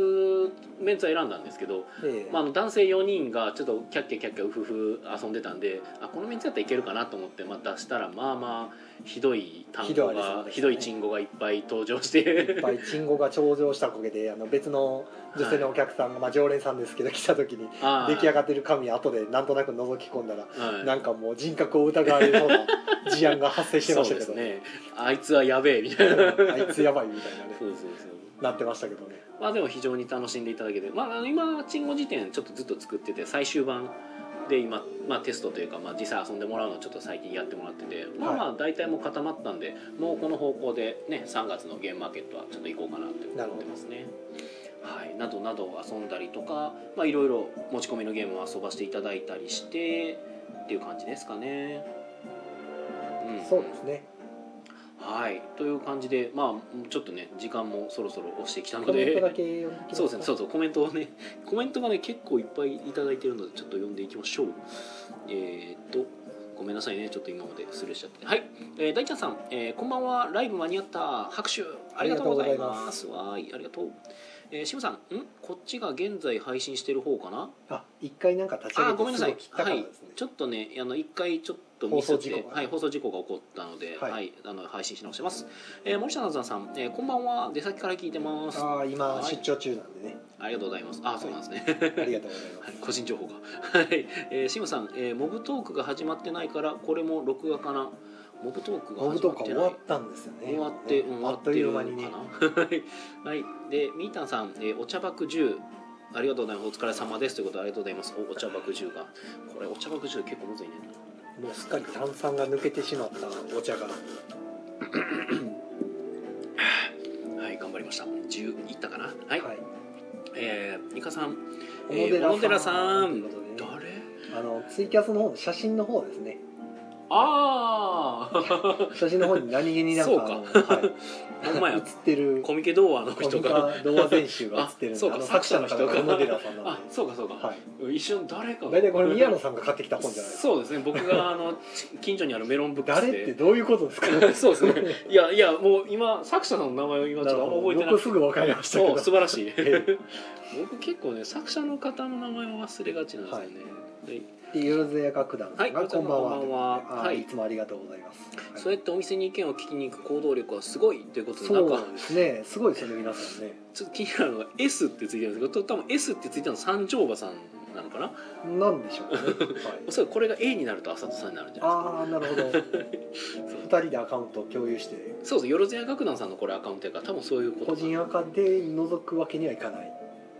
Speaker 1: メンツは選んだんですけど、
Speaker 2: ええ
Speaker 1: まあ、あの男性4人がちょっとキャッキャキャッキャウフフ遊んでたんであこのメンツやったらいけるかなと思って、まあ、出したらまあまあひどい単語
Speaker 2: ひどいあれそう
Speaker 1: が
Speaker 2: ですね
Speaker 1: ひどいチンゴがいっぱい登場し
Speaker 2: (laughs) いってぱいチンゴが頂上したおかげであの別の女性のお客さんが、まあ、常連さんですけど来た時に出来上
Speaker 1: っ
Speaker 2: がってる紙後でなんとなく覗き込んだら
Speaker 1: た、 (laughs) はい
Speaker 2: なんかもう人格を疑われそうな事案が発生してまし
Speaker 1: そ
Speaker 2: た
Speaker 1: う
Speaker 2: け
Speaker 1: です
Speaker 2: ど、
Speaker 1: ねあいつはやべえみたいな
Speaker 2: あいつやばいみたいなね
Speaker 1: そうそうそう
Speaker 2: なってましたけどね
Speaker 1: まあでも非常に楽しんでいただけて、まあ、あの今チンゴ辞典ちょっとずっと作ってて最終版で今、まあ、テストというか、まあ、実際遊んでもらうのをちょっと最近やってもらっててまあまあ大体もう固まったんでもうこの方向でね3月のゲームマーケットはちょっと行こうかなって思ってますね。はい、などなど遊んだりとかまあいろいろ持ち込みのゲームを遊ばせていただいたりしてっていう感じですかね。ん
Speaker 2: そうですね
Speaker 1: はいという感じでまあちょっとね時間もそろそろ押してきたの
Speaker 2: コメン
Speaker 1: で
Speaker 2: トだけ読んできますか
Speaker 1: そうですね、そうそう、コメントをね、 (laughs) コメントがね、結構いっぱいいただいてるので、ちょっと読んでいきましょう。えー、っと、ごめんなさいね、ちょっと今までスルーしちゃって。はい、えー大ちゃんさん、えーこんばんは、ライブ間に合った、拍手、ありがとうございます。わーい、ありがとう。えー、シムさん、んこっちが現在配信してる方かな
Speaker 2: あ一回なんか立ち上
Speaker 1: あ
Speaker 2: げ
Speaker 1: ーごめん
Speaker 2: て
Speaker 1: な
Speaker 2: す
Speaker 1: さ
Speaker 2: ぐ
Speaker 1: い
Speaker 2: 切っ、たか
Speaker 1: は
Speaker 2: ら
Speaker 1: い
Speaker 2: ですね、
Speaker 1: ちょっとねあの一回ちょっとミスっ
Speaker 2: 放送
Speaker 1: て
Speaker 2: 事故が
Speaker 1: はい、放送事故が起こったので、は
Speaker 2: はいい
Speaker 1: あの配信し直してます、えー森下なずなさん、えーこんばんは出先から聞いてますあ
Speaker 2: ああ今
Speaker 1: はい
Speaker 2: 出張中なん
Speaker 1: (laughs)
Speaker 2: でね
Speaker 1: りがとうございますあーそうなんですね、
Speaker 2: ありがとうございま
Speaker 1: は
Speaker 2: す
Speaker 1: い個人情報がはい、えー、シムさん、えーモブトークが始まってないからこれも録画かなモブトークが
Speaker 2: モブ
Speaker 1: 始
Speaker 2: と
Speaker 1: まっ
Speaker 2: か
Speaker 1: て
Speaker 2: 終
Speaker 1: な
Speaker 2: わ
Speaker 1: い
Speaker 2: ったんですよね
Speaker 1: 終わって、うん終わ
Speaker 2: あ
Speaker 1: っ
Speaker 2: ってと
Speaker 1: る
Speaker 2: いう間にね
Speaker 1: かなはい、はい、でみーたんさん、えーお茶爆10ありがとうございますお疲れ様ですということでありがとうございますおお茶爆10がこれお茶爆10結構むずいね
Speaker 2: もうすっかり炭酸が抜けてしまったお茶が
Speaker 1: はい頑張りました10いったかなはい、
Speaker 2: はい
Speaker 1: えー、イカさん
Speaker 2: 小
Speaker 1: えー小野
Speaker 2: 野
Speaker 1: 寺
Speaker 2: 寺
Speaker 1: さ
Speaker 2: さ
Speaker 1: ん
Speaker 2: んということでね
Speaker 1: 誰
Speaker 2: あのツイキャスの方の写真の方ですね
Speaker 1: ああ
Speaker 2: 写真の方に何気になんか
Speaker 1: そう
Speaker 2: あのはい
Speaker 1: (laughs) ほんまや
Speaker 2: 写ってる
Speaker 1: コミケ童話の
Speaker 2: コミ
Speaker 1: 人が
Speaker 2: カ動画全集が写ってる
Speaker 1: あ
Speaker 2: んで
Speaker 1: そうか
Speaker 2: あの作者の人が
Speaker 1: 作者
Speaker 2: 小
Speaker 1: の
Speaker 2: 野
Speaker 1: 人が
Speaker 2: 寺さんなん
Speaker 1: あ
Speaker 2: で
Speaker 1: そうかそうか
Speaker 2: はい
Speaker 1: 一瞬誰かが
Speaker 2: 大体これ宮野さんが買ってきた本じゃないですか
Speaker 1: そうですね僕があの (laughs) ち近所にあるメロンブックス
Speaker 2: 誰って
Speaker 1: で
Speaker 2: どういうことですか
Speaker 1: (laughs) そうですねいやいやもう今作者さんの名前を今ちょっとあんま覚えてな
Speaker 2: 僕
Speaker 1: くて
Speaker 2: すぐ分かりましたけ
Speaker 1: そう
Speaker 2: ど
Speaker 1: 素晴らしい
Speaker 2: (laughs) ええ
Speaker 1: 僕結構ね作者の方の名前を忘れがちなんですよね、はい
Speaker 2: でよろずやか九段さん
Speaker 1: はい
Speaker 2: がこんばんは
Speaker 1: こんばんは
Speaker 2: あー
Speaker 1: はい
Speaker 2: いつもありがとうございますはい
Speaker 1: そうやってお店に意見を聞きに行く行動力はすごいということでなん
Speaker 2: そ
Speaker 1: か
Speaker 2: うですねすごいですね皆さんね
Speaker 1: ちょっと気になるのが S ってついてるんですけど多分 S ってついてるの三条馬さんなのかな
Speaker 2: なんでしょうね、はい
Speaker 1: おそらくこれが A になると浅田さんになるんじゃないですか
Speaker 2: ああなるほ
Speaker 1: (laughs)
Speaker 2: ど二人でアカウントを共有して
Speaker 1: そうですよろずや楽団さんのこれアカウントやから多分そういうこと
Speaker 2: 個
Speaker 1: かな
Speaker 2: 人アカで覗くわけにはいかない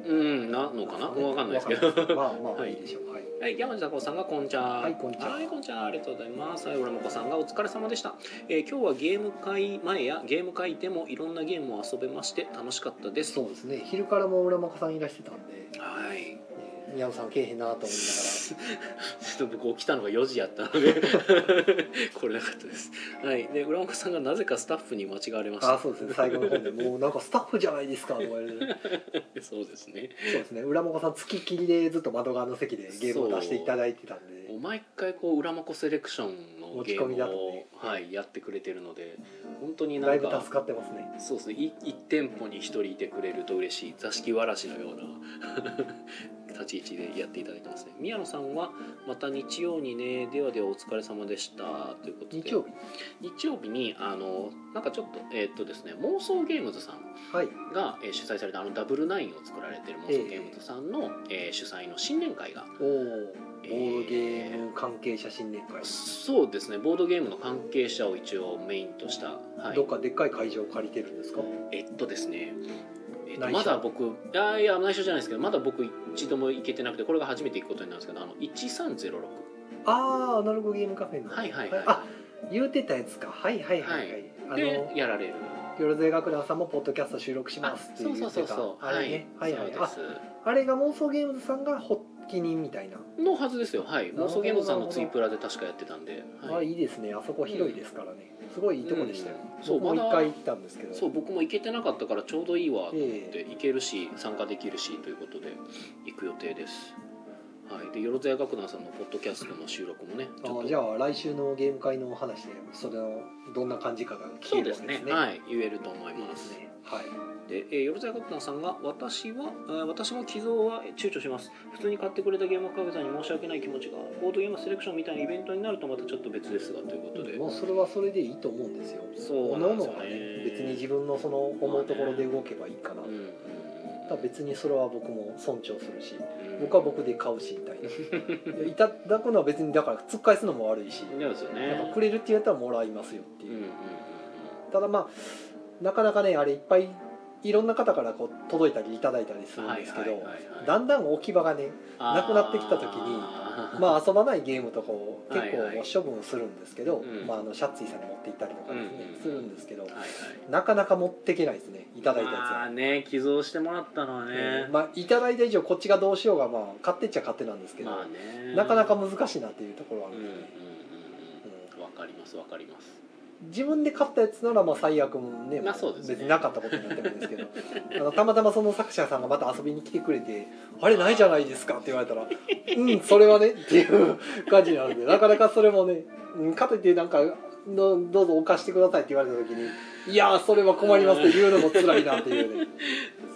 Speaker 1: うんなのかな分かんないですけ
Speaker 2: わ
Speaker 1: ど
Speaker 2: かんないまあま
Speaker 1: (laughs) は
Speaker 2: あ
Speaker 1: い
Speaker 2: いいでしょうはい
Speaker 1: はい、山地孝さんがこんちゃん。
Speaker 2: はいこんちゃん
Speaker 1: はい、こんちゃん、ありがとうございます。はい、俺もこさんがお疲れ様でした。えー今日はゲーム会前やゲーム会でもいろんなゲームを遊べまして楽しかったです。
Speaker 2: そうですね昼からも村岡さんいらしてたんで
Speaker 1: はい。
Speaker 2: えー宮野さんけえへんなと思い
Speaker 1: ちょっと僕起きたのが4時やったので (laughs) 来れなかったです。はい。で、浦本さんがなぜかスタッフに間違われま
Speaker 2: な
Speaker 1: し
Speaker 2: がらあ
Speaker 1: た
Speaker 2: ー。そうですね最後の方でもうなんかスタッフじゃないですかとか言われる
Speaker 1: そうですね。
Speaker 2: そうですね浦岡さん付きっきりでずっと窓側の席でゲームを出していただいてたんで
Speaker 1: もう毎回こう裏マコセレクションのゲー
Speaker 2: 持ち込み
Speaker 1: ム
Speaker 2: だと
Speaker 1: を
Speaker 2: ね、
Speaker 1: はい、やってくれてるので本当にな
Speaker 2: だい
Speaker 1: ん
Speaker 2: ぶ
Speaker 1: か
Speaker 2: 助かってますね
Speaker 1: そうですねい一店舗に一人いてくれると嬉しい座敷わらしのような (laughs) 立ち位置でやっていただいてますね宮野さんはまた日曜にねではではお疲れ様でしたということで
Speaker 2: 日曜日
Speaker 1: 日曜日にあのなんかちょっとえーっとですね妄想ゲームズさん
Speaker 2: はい
Speaker 1: が、えー主催されたあのダブルナインを作られてる妄想ゲームズさんの、えー主催の新年会が
Speaker 2: おおボードゲーム関係写真年会、
Speaker 1: そうですねボードゲームの関係者を一応メインとした、はい
Speaker 2: どっ、かでっかい会場を借りてるんですか
Speaker 1: えっとですね、えっと、
Speaker 2: 内緒
Speaker 1: まだ僕いやいや内緒じゃないですけどまだ僕一度も行けてなくてこれが初めて行くことになるんですけどあの1306
Speaker 2: ああアナログゲームカフェの
Speaker 1: はいはい
Speaker 2: あ
Speaker 1: は
Speaker 2: 言うてたやつかはいはいはいはい、
Speaker 1: い
Speaker 2: あ
Speaker 1: で
Speaker 2: の
Speaker 1: やられる
Speaker 2: よろずや学ランさんもポッドキャスト収録し
Speaker 1: あ
Speaker 2: ますって
Speaker 1: そ
Speaker 2: 言
Speaker 1: う
Speaker 2: っ
Speaker 1: そ
Speaker 2: てた
Speaker 1: うそうそう
Speaker 2: あれね
Speaker 1: は
Speaker 2: はいいは
Speaker 1: そ
Speaker 2: い
Speaker 1: う
Speaker 2: あ
Speaker 1: です
Speaker 2: あれが妄想ゲームズさんが発起人みたいな、
Speaker 1: のはずですよはい
Speaker 2: な
Speaker 1: 妄
Speaker 2: るほど
Speaker 1: 想ゲームズさんのツイプラで確かやってたんで、
Speaker 2: あ
Speaker 1: はい、
Speaker 2: いいですねあそこ広いですからね、すごいいいとこでしたよ、
Speaker 1: うんそう
Speaker 2: 僕も
Speaker 1: ま
Speaker 2: 一
Speaker 1: だ
Speaker 2: 回行ったんですけど
Speaker 1: そう僕も行けてなかったからちょうどいいわと思っ
Speaker 2: え
Speaker 1: て行けるし参加できるしということで行く予定ですはいでよろずや楽団さんのポッドキャストの収録もねちょっ
Speaker 2: あ
Speaker 1: と
Speaker 2: じゃあ来週のゲーム会のお話でそれのどんな感じかが聞
Speaker 1: そ
Speaker 2: け
Speaker 1: う
Speaker 2: る
Speaker 1: で
Speaker 2: わ
Speaker 1: す
Speaker 2: けで
Speaker 1: ね
Speaker 2: すね
Speaker 1: はい言えると思い
Speaker 2: いい
Speaker 1: ま
Speaker 2: ですすねはい
Speaker 1: で、えー、よろずや楽団さんが私はあー私も寄贈は躊躇します普通に買ってくれたゲームカフェさんに申し訳ない気持ちがボードゲームセレクションみたいなイベントになるとまたちょっと別ですがということで
Speaker 2: もうそれはそれでいいと思うんですよ
Speaker 1: そう
Speaker 2: 各
Speaker 1: なんですよ
Speaker 2: 々が
Speaker 1: ね
Speaker 2: ね別に自分のその思うところで動けばいいかな、
Speaker 1: うんうんうん
Speaker 2: ただ別にそれは僕も尊重するし
Speaker 1: うん
Speaker 2: 僕は僕で買うしみた
Speaker 1: (laughs)
Speaker 2: いないやいただくのは別にだから突っ返すのも悪いし、
Speaker 1: そうですよね
Speaker 2: なんかくれるって言われたらもらいますよって
Speaker 1: う
Speaker 2: い
Speaker 1: ん
Speaker 2: う
Speaker 1: う、んうんうん
Speaker 2: ただまあなかなかねあれいっぱいいろんな方からこう届いたりいただいたりするんですけど、
Speaker 1: はいはいはいはい
Speaker 2: だんだん置き場
Speaker 1: (laughs)
Speaker 2: がねなくなってきた時に
Speaker 1: あー
Speaker 2: まあ遊ばないゲームとかを結構
Speaker 1: はいはい
Speaker 2: もう処分するんですけど、
Speaker 1: うん
Speaker 2: まあ、あのシャッツィさんに持って行ったりとかですね、
Speaker 1: うん
Speaker 2: するんですけど
Speaker 1: はいはい
Speaker 2: なかなか持ってけないですねいただいたやつは
Speaker 1: ま。あね寄贈してもらったのはね
Speaker 2: うんまあ、いただいた以上こっちがどうしようがまあ勝手っちゃ勝手なんですけど、
Speaker 1: まあね
Speaker 2: なかなか
Speaker 1: う
Speaker 2: 難しいなっていうところはある
Speaker 1: ん
Speaker 2: ん
Speaker 1: う
Speaker 2: で
Speaker 1: ん
Speaker 2: す
Speaker 1: うん
Speaker 2: ね、
Speaker 1: うんわかりますわかります
Speaker 2: うん自分で買ったやつならまあ最悪もね,、
Speaker 1: まあそうですね
Speaker 2: 別になかったことになってもいいんですけど (laughs) あのたまたまその作者さんがまた遊びに来てくれて「あれないじゃないですか」って言われたら「 (laughs) うんそれはね」っていう感じに
Speaker 1: (laughs)
Speaker 2: なるんでなかなかそれもね、うん、かといってなんかのどうぞお貸してくださいって言われた時に「いやーそれは困ります」って言うのも辛いなっていう
Speaker 1: (laughs)
Speaker 2: ね。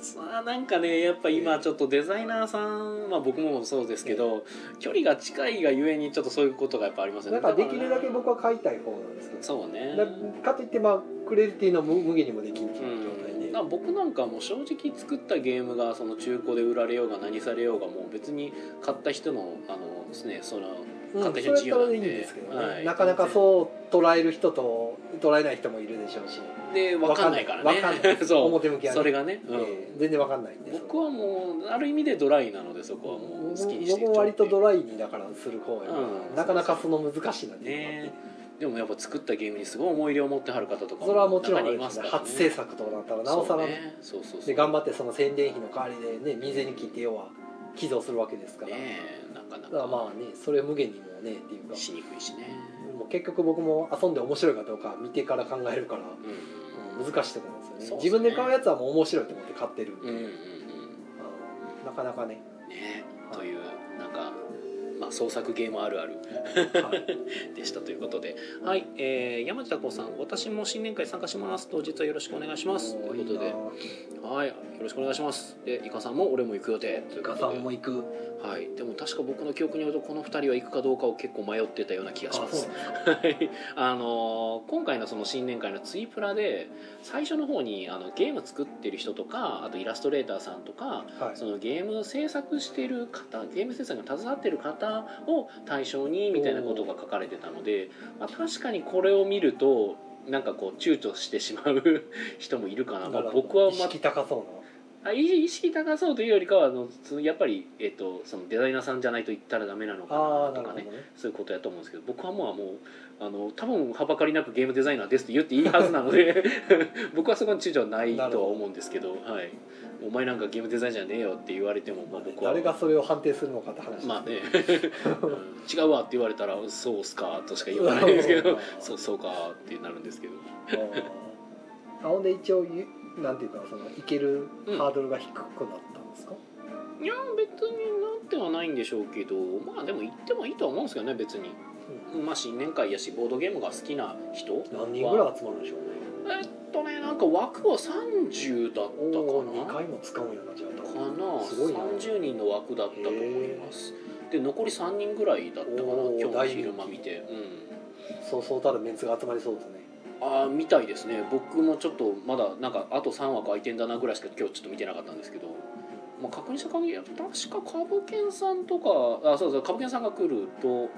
Speaker 1: さあなんかねやっぱ今ちょっとデザイナーさんまあ僕もそうですけど距離が近いがゆえにちょっとそういうことがやっぱありますよ
Speaker 2: な
Speaker 1: ね
Speaker 2: んかできるだ
Speaker 1: ら
Speaker 2: け
Speaker 1: ね
Speaker 2: 僕は買いたい方なんですけど
Speaker 1: そうね
Speaker 2: だかといってまあくれるっていうのも無限にもできんっていう状態
Speaker 1: うん、
Speaker 2: で、
Speaker 1: だから僕なんかもう正直作ったゲームがその中古で売られようが何されようがもう別に買った人のあのですねその
Speaker 2: うん
Speaker 1: 買った人の
Speaker 2: それ
Speaker 1: 自
Speaker 2: やった
Speaker 1: 由
Speaker 2: ら
Speaker 1: ないん
Speaker 2: いん
Speaker 1: で
Speaker 2: ですけどね、
Speaker 1: はい
Speaker 2: なかなかそう捉える人と捉えない人もいるでしょうし
Speaker 1: で分かんないからね
Speaker 2: わか (laughs) んない
Speaker 1: そう
Speaker 2: 表向きはね
Speaker 1: それがね、うん
Speaker 2: えー全然わかんないんで
Speaker 1: 僕はもうある意味でドライなのでそこはもう好きにして
Speaker 2: 僕も割とド
Speaker 1: ラ
Speaker 2: ライにだからする方やから、
Speaker 1: うん
Speaker 2: なかなかその難しいなっていうのがあって、
Speaker 1: ねでもやっぱ作ったゲームにすごい思い入れを持ってはる方とか
Speaker 2: それはもちろんあ
Speaker 1: 中にい
Speaker 2: れ
Speaker 1: ま
Speaker 2: です
Speaker 1: す
Speaker 2: ね
Speaker 1: から、ね、
Speaker 2: 初制作とかだったらなおさら、
Speaker 1: そうねそうそうそう
Speaker 2: で頑張ってその宣伝費の代わりでね水に切って要は寄贈するわけですから、
Speaker 1: ねえなかな
Speaker 2: だから
Speaker 1: か
Speaker 2: まあねそれ無限にもねっていうか
Speaker 1: しにくいしね、
Speaker 2: もう結局僕も遊んで面白いかどうか見てから考えるから、
Speaker 1: うん
Speaker 2: うん難しいところなんです
Speaker 1: そ
Speaker 2: よね
Speaker 1: うですね
Speaker 2: 自分で買うやつはもう面白いと思って買ってるんで、
Speaker 1: うんうんうん
Speaker 2: あのなかなかね、
Speaker 1: うんねえというなんかまあ創作ゲームあるある
Speaker 2: はい、
Speaker 1: でしたということで、はい、えー、山下子さん、私も新年会参加します。当日はよろしくお願いします。ということで、はい、よろしくお願いします。で、イカさんも俺も行く予定というこ
Speaker 2: ガ
Speaker 1: とで。
Speaker 2: さんも行く
Speaker 1: はい、でも確か僕の記憶によるとこの2人は行くかどうかを結構迷ってたような気がします。はいあのー今回のその新年会のツイプラで最初の方にあのゲーム作ってる人とかあとイラストレーターさんとか
Speaker 2: はい
Speaker 1: そのゲーム制作してる方ゲーム制作に携わってる方を対象にみたいなことが書かれてたので、まあ、確かにこれを見るとなんかこう躊躇してしまう人もいるかな、まあ
Speaker 2: なるほど
Speaker 1: 僕は
Speaker 2: 意
Speaker 1: ま
Speaker 2: 識高そう
Speaker 1: あ意意識高そうというよりかはあのそのやっぱり、えっとそのデザイナーさんじゃないと言ったらダメなの
Speaker 2: なああ
Speaker 1: か
Speaker 2: な
Speaker 1: なとか
Speaker 2: るほど
Speaker 1: ね
Speaker 2: ね
Speaker 1: そういうことやと思うんですけど僕はもうもうあの多分はばかりなくゲームデザイナーですって言っていいはずなので (laughs) 僕はそこに躊躇はないとは思うんですけどはい、お前なんかゲームデザインじゃねえよって言われても、まあ、僕は
Speaker 2: 誰がそれを判定するのかって話です (laughs)
Speaker 1: まあね、うん違うわって言われたら「そうっすか」としか言わないんですけ (laughs) ど「そうそうか」ってなるんですけど
Speaker 2: あーあほんで一応ゆなんていうかその行けるハードルが低くなったんですか、
Speaker 1: いや別になってはないんでしょうけどまあでも行ってもいいとは思うんですけどね別に
Speaker 2: うん
Speaker 1: まあ新年会やしボードゲームが好きな人
Speaker 2: 何人ぐらい集まるんでしょうね
Speaker 1: えっとねなんか枠は30だったか
Speaker 2: おお
Speaker 1: な
Speaker 2: 2回も使うんやなじゃあ
Speaker 1: かな
Speaker 2: すごいな
Speaker 1: 30人の枠だったと思いますで残り3人ぐらいだったかな
Speaker 2: おー
Speaker 1: 今日の
Speaker 2: 大人気
Speaker 1: 昼間見て、
Speaker 2: そうそうたるメンツが集まりそうですね
Speaker 1: うん、ああみたいですね僕もちょっとまだなんかあと3枠空いてんだなぐらいしか今日ちょっと見てなかったんですけど、まあ、確認した限り確か株券さんとかあそうそう株券さんが来ると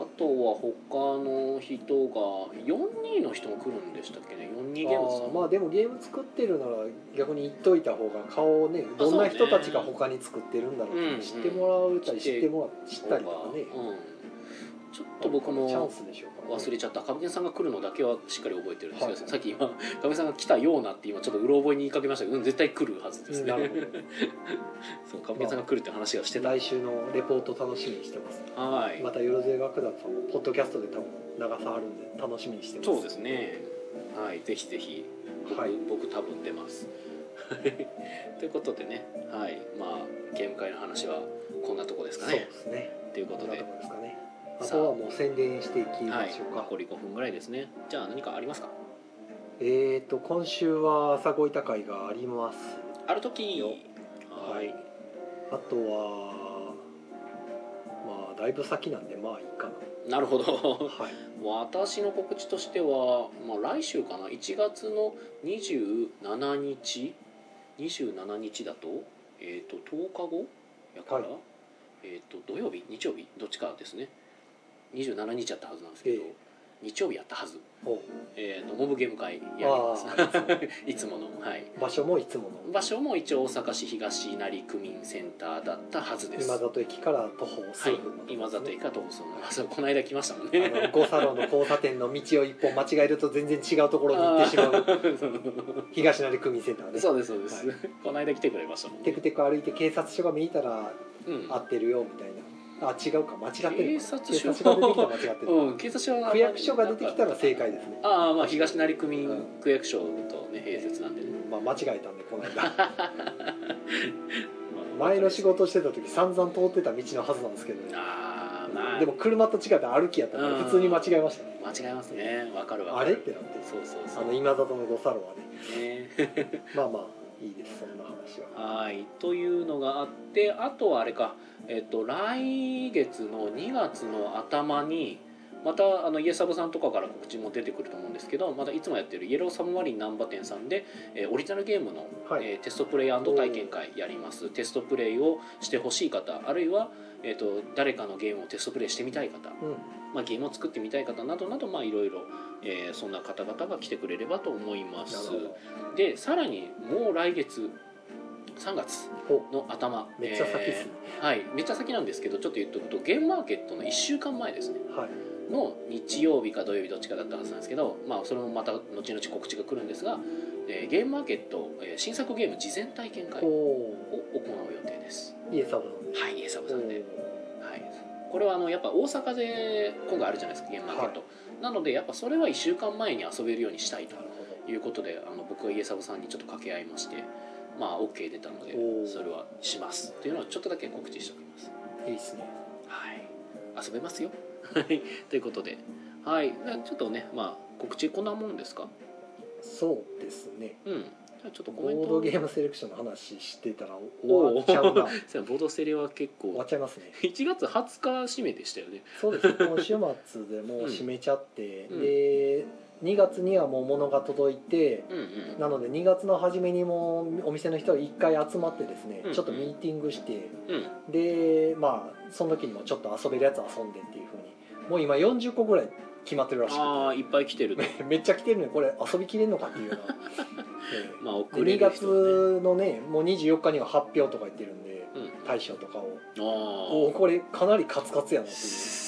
Speaker 1: あとは他の人が42の人も来るんでしたっけね42ゲームズさ
Speaker 2: あー
Speaker 1: ん
Speaker 2: まあでもゲーム作ってるなら逆に言っといた方が顔をねどんな人たちが他に作ってるんだろう
Speaker 1: うん
Speaker 2: って知ってもらえたり知ってもら知ったりとかね
Speaker 1: うん、ちょっと僕も
Speaker 2: チャンスでしょうから、
Speaker 1: 忘れちゃった株券さんが来るのだけはしっかり覚えてるんですけど、
Speaker 2: はい
Speaker 1: さっき今株券さんが来たようなって今ちょっとうろ覚えに言いかけましたけど、うん、絶対来るはずですね
Speaker 2: なる
Speaker 1: そう株券さんが来るって話がして
Speaker 2: ほ
Speaker 1: た、
Speaker 2: ど来週のレポート楽しみにしてます
Speaker 1: はい、
Speaker 2: またよろずや楽団さんもポッドキャストで多分長さあるんで楽しみにしてます
Speaker 1: そうですねはいぜひぜひ僕,、
Speaker 2: はい
Speaker 1: 僕多分出ますはいということでねはいまあゲーム会の話はこんなとこですか
Speaker 2: そう
Speaker 1: ね
Speaker 2: ですね
Speaker 1: というこ
Speaker 2: ことんな
Speaker 1: で
Speaker 2: ところですかねあ
Speaker 1: さあ
Speaker 2: とはもう宣伝していき
Speaker 1: は
Speaker 2: ま
Speaker 1: い
Speaker 2: しょうか、
Speaker 1: 残り5分ぐらいですねじゃあ何かありますか
Speaker 2: えーと今週は朝ごいた会があります
Speaker 1: ある時
Speaker 2: よ
Speaker 1: はい
Speaker 2: あとはまあだいぶ先なんでまあいいか
Speaker 1: なるほど
Speaker 2: なはい
Speaker 1: 私の告知としては、まあ、来週かな1月の27日27日だと,、えー、と10日後やから、
Speaker 2: はい
Speaker 1: えー、と土曜日日曜日どっちかですね27日やったはずなんですけど、
Speaker 2: ええ
Speaker 1: 日曜日やったはず、
Speaker 2: お
Speaker 1: えー、とモブゲーム会やります
Speaker 2: あーありま
Speaker 1: (laughs) いつもの、はい、
Speaker 2: 場所もいつもの
Speaker 1: 場所も一応大阪市東成区民センターだったはずです
Speaker 2: 今里駅から徒歩
Speaker 1: は
Speaker 2: 数
Speaker 1: い
Speaker 2: 分の、
Speaker 1: 今
Speaker 2: とこ
Speaker 1: 里
Speaker 2: です
Speaker 1: 駅
Speaker 2: ね
Speaker 1: かと思う (laughs) そうこの間来ましたもん
Speaker 2: あ
Speaker 1: ね
Speaker 2: の五差路の交差点の道を一本間違えると全然違うところに行ってしま
Speaker 1: (laughs)
Speaker 2: う東成区民センターね
Speaker 1: そうですそうです、 (laughs) この間来てくれましたもん
Speaker 2: テクテク歩いて警察署が見えたら
Speaker 1: うん
Speaker 2: 合ってるよみたいなあ違うか間違ってるか
Speaker 1: 警察署
Speaker 2: 警察署が出てきたら間違っ
Speaker 1: (laughs)
Speaker 2: てる、
Speaker 1: うん、警察署は
Speaker 2: 区役所が出てきたら正解ですね
Speaker 1: ああまあ東成区民
Speaker 2: うん
Speaker 1: 区役所とね併設なんでね
Speaker 2: まあ、間違えたんでこ
Speaker 1: (laughs)
Speaker 2: の間前の仕事してた時散々通ってた道のはずなんですけどね
Speaker 1: ああまあ
Speaker 2: でも車と違って歩きやったから普通に間違えましたね
Speaker 1: 間違いますねわかるわ
Speaker 2: あ
Speaker 1: か
Speaker 2: れっ
Speaker 1: る
Speaker 2: てなって
Speaker 1: そうそうそ
Speaker 2: あ
Speaker 1: う
Speaker 2: の今里の五サロはね
Speaker 1: ね
Speaker 2: まあまあいいですそんな話は
Speaker 1: はいというのがあってあとはあれかえっと来月の2月の頭にまたあのイエサブさんとかから告知も出てくると思うんですけどまたいつもやってるイエローサブマリン難波店さんで、えーオリジナルゲームの、
Speaker 2: はい
Speaker 1: えーテストプレイ体験会やりますテストプレイをしてほしい方あるいは、えー、と誰かのゲームをテストプレイしてみたい方、
Speaker 2: うん
Speaker 1: まあ、ゲームを作ってみたい方などなどまあいろいろ、えーそんな方々が来てくれればと思いま
Speaker 2: なる
Speaker 1: す
Speaker 2: ほど
Speaker 1: でさらにもう来月3月
Speaker 2: ほ
Speaker 1: の頭
Speaker 2: めっちゃ先っすね、
Speaker 1: えーはいめっちゃ先なんですけどちょっと言っとくとゲームマーケットの1週間前ですね
Speaker 2: はい
Speaker 1: の日曜日か土曜日どっちかだったはずなんですけど、まあ、それもまた後々告知が来るんですが、えーゲームマーケット、えー新作ゲーム事前体験会を
Speaker 2: ほ
Speaker 1: 行う予定です
Speaker 2: うイエサブさんで
Speaker 1: はいイエサブさんで、はい、
Speaker 2: ほ
Speaker 1: これはあのやっぱ大阪で今回あるじゃないですかゲームマーケット、なのでやっぱそれは1週間前に遊べるようにしたいうと
Speaker 2: なるほど
Speaker 1: いうことであの僕は家サブさんにちょっと掛け合いましてまあ OK 出たので
Speaker 2: おー
Speaker 1: それはしますっていうのはちょっとだけ告知しておきます
Speaker 2: いいっすね
Speaker 1: はい遊べ
Speaker 2: (laughs)
Speaker 1: ますよはいということではいじゃあちょっとねまあ告知こんなもんですか
Speaker 2: そうですね
Speaker 1: うんじゃあちょっとコ
Speaker 2: ボ
Speaker 1: メント
Speaker 2: ードゲームセレクションの話してたら終わっちゃ
Speaker 1: (laughs)
Speaker 2: うな終
Speaker 1: そうやボードセレは結
Speaker 2: わ
Speaker 1: 構
Speaker 2: っちゃいますね
Speaker 1: 1月20日締めでしたよね
Speaker 2: そうです今週末でもう閉めちゃって、
Speaker 1: うん
Speaker 2: で2月にはもう物が届いて
Speaker 1: うん
Speaker 2: なので2月の初めにもうお店の人が1回集まってですね、
Speaker 1: うん
Speaker 2: ちょっとミーティングして
Speaker 1: うんうん
Speaker 2: でまあその時にもちょっと遊べるやつ遊んでっていう風にもう今40個ぐらい決まってるらし
Speaker 1: ああいっぱい来てるね
Speaker 2: (laughs) いめっちゃ来てるねこれ遊びきれんのかっていうよう
Speaker 1: (laughs) まあ遅れる人ね
Speaker 2: な、ええで2月のねもう24日には発表とか言ってるんで
Speaker 1: うん
Speaker 2: 大賞とかをお
Speaker 1: あ
Speaker 2: おこれかなりカツカツやなって
Speaker 1: あ
Speaker 2: いう、ね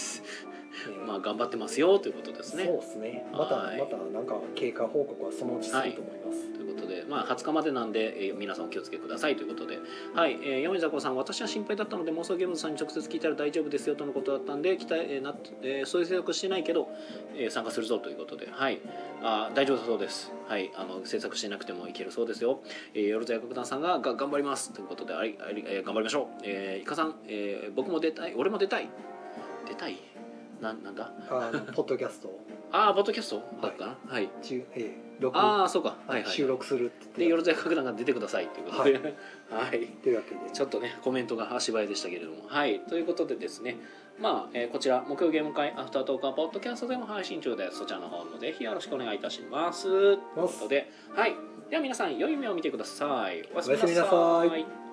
Speaker 1: (laughs) まあ頑張ってますよということです
Speaker 2: そう
Speaker 1: ね
Speaker 2: ですね。また、
Speaker 1: はい
Speaker 2: また、なんか経過報告はそのうちすると思います。
Speaker 1: ということで、まあ、20日までなんで、えー皆さんお気をつけくださいということで、はいえー、米田子さん私は心配だったので妄想ゲームズさんに直接聞いたら大丈夫ですよとのことだったんで期待、えーなえーそういう制作してないけど、えー参加するぞということで、はい、あー大丈夫だそうです、はい、あの制作してなくてもいけるそうですよ、えー、よろずや楽団さんがが頑張りますということでありあり、えー頑張りましょう、えー、イカさん、えー僕も出たい俺も出たい出たいななんだ
Speaker 2: あの、ポッドキャストを。
Speaker 1: あああポッドキャストだったなはい、
Speaker 2: 中えー録
Speaker 1: ああそうかはいはい、
Speaker 2: はい収録するって
Speaker 1: で
Speaker 2: 言
Speaker 1: よ
Speaker 2: っ
Speaker 1: ろずや格段が出てくださいということで、
Speaker 2: は
Speaker 1: はい、
Speaker 2: てというわけで
Speaker 1: ちょっとねコメントが足早でしたけれどもはいということでですねまあ、えーこちら木曜ゲーム会アフタートークはポッドキャストでも配信中ですそちらの方もぜひよろしくお願いいたしますということではいでは皆さん良い夢を見てくださいおやすみなさ
Speaker 2: おやすみなさ
Speaker 1: い